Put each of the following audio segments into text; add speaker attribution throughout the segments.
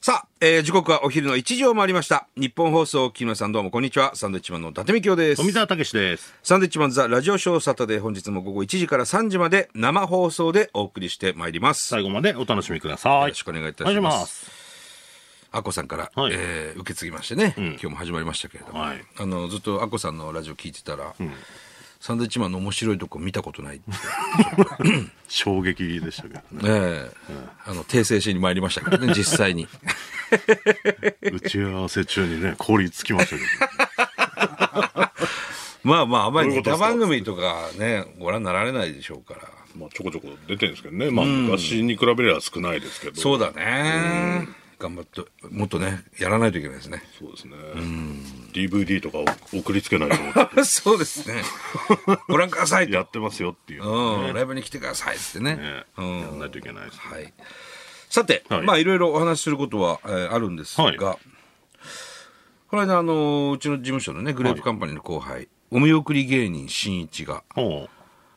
Speaker 1: さあ、えー時刻はお昼の1時を回りました。日本放送、木村さんどうもこんにちは。サンドウィッチマンの伊達美京です。
Speaker 2: 富澤たけしです。
Speaker 1: サンドウィッチマンザラジオショーサタデー本日も午後1時から3時まで生放送でお送りしてまいります。
Speaker 2: 最後までお楽しみください。
Speaker 1: よろしくお願いいたします
Speaker 2: お願いす
Speaker 1: アッコさんから、
Speaker 2: はい
Speaker 1: えー受け継ぎましてね、今日も始まりましたけれども、
Speaker 2: はい
Speaker 1: あのずっとアッコさんのラジオ聞いてたら、サンドウィッチマンの面白いとこ見たことない って、
Speaker 2: 衝撃でしたけど ね。
Speaker 1: えーあの訂正しに参りましたからね、実際 に。
Speaker 2: 打ち合わせ中にね、凍りつきましたけ
Speaker 1: まあまあ、あまり
Speaker 2: どうい
Speaker 1: ネ
Speaker 2: うことで
Speaker 1: タ
Speaker 2: すか
Speaker 1: 番組とかね、ご覧になられないでしょうから。
Speaker 2: ど。まあ、ちょこちょこ出てるんですけどね。まあ、昔に比べれば少ないですけど。
Speaker 1: そうだね。頑張って、もっとね、やらないといけないです ね。
Speaker 2: そうですね。DVD とかを送りつけないと思って
Speaker 1: そうですね。 ご覧くださいと
Speaker 2: やってますよ っていう
Speaker 1: う
Speaker 2: の
Speaker 1: ん、ライブに来てくださいっつってね。
Speaker 2: ね。
Speaker 1: うん
Speaker 2: やんないといけないですね。
Speaker 1: はい。さて、
Speaker 2: はい
Speaker 1: まあいろいろお話しすることは、えーあるんですが、
Speaker 2: はい
Speaker 1: この間、あのーうちの事務所のね、グレープカンパニーの後輩、お見送り芸人しんいちが、
Speaker 2: ほ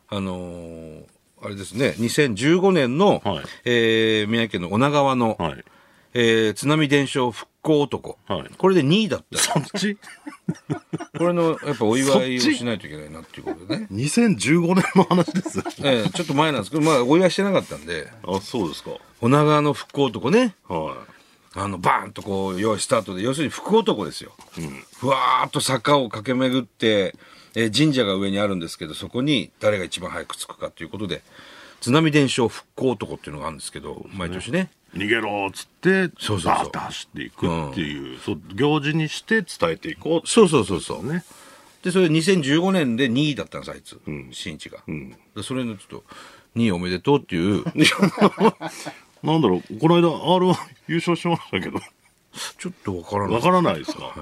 Speaker 1: あのーあれですね、2015年の、
Speaker 2: はい
Speaker 1: えー宮城県の女川の、
Speaker 2: うはい。
Speaker 1: えー津波伝承復興男、
Speaker 2: はい
Speaker 1: これで2位だった。
Speaker 2: そっち
Speaker 1: これの、やっぱお祝いを
Speaker 2: そっち。
Speaker 1: しないといけないなっていうことでね
Speaker 2: ?2015 年の話です。
Speaker 1: ええちょっと前なんですけど、まあ、お祝いしてなかったんで、
Speaker 2: あ、そうですか。
Speaker 1: 女川の復興男ね、
Speaker 2: は
Speaker 1: あの、バーンとこう、用意スタートで、要するに福男ですよ。
Speaker 2: ん
Speaker 1: ふわーっと坂を駆け巡って、えー神社が上にあるんですけど、そこに誰が一番早く着くかということで、津波伝承復興男っていうのがあるんですけど、毎年ね。
Speaker 2: い。逃げろーっつって、
Speaker 1: そうそうそう
Speaker 2: バーッと走っていくっていう、そう、行事にして伝えていこう
Speaker 1: そうそうそうそう。
Speaker 2: ね。
Speaker 1: で、それ2015年で2位だったんです、あいつ。新一が。
Speaker 2: ん
Speaker 1: でそれのちょっと、2位おめでとうっていう、
Speaker 2: なんだろう、この間 R1 優勝しましたけど、
Speaker 1: ちょっとわからない
Speaker 2: わ。からないですか。